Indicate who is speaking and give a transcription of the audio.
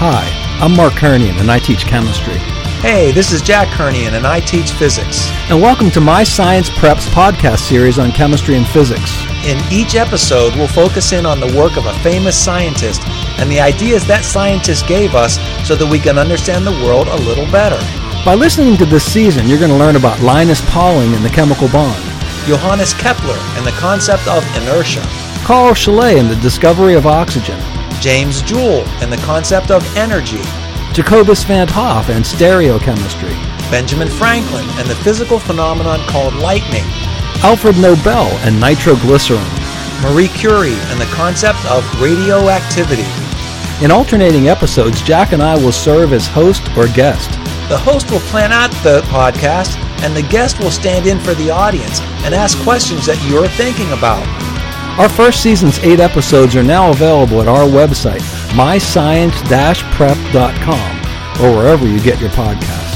Speaker 1: Hi, I'm Mark Kernian and I teach chemistry.
Speaker 2: Hey, this is Jack Kernian, and I teach physics.
Speaker 1: And welcome to my Science Preps podcast series on chemistry and physics.
Speaker 2: In each episode, we'll focus in on the work of a famous scientist and the ideas that scientist gave us so that we can understand the world a little better.
Speaker 1: By listening to this season, you're going to learn about Linus Pauling and the chemical bond,
Speaker 2: Johannes Kepler and the concept of inertia,
Speaker 1: Carl Chalet and the discovery of oxygen,
Speaker 2: James Joule and the concept of energy,
Speaker 1: Jacobus van 't Hoff and stereochemistry,
Speaker 2: Benjamin Franklin and the physical phenomenon called lightning,
Speaker 1: Alfred Nobel and nitroglycerin.
Speaker 2: Marie Curie and the concept of radioactivity.
Speaker 1: In alternating episodes, Jack and I will serve as host or guest.
Speaker 2: The host will plan out the podcast, and the guest will stand in for the audience and ask questions that you're thinking about.
Speaker 1: Our first season's eight episodes are now available at our website, myscience-prep.com, or wherever you get your podcasts.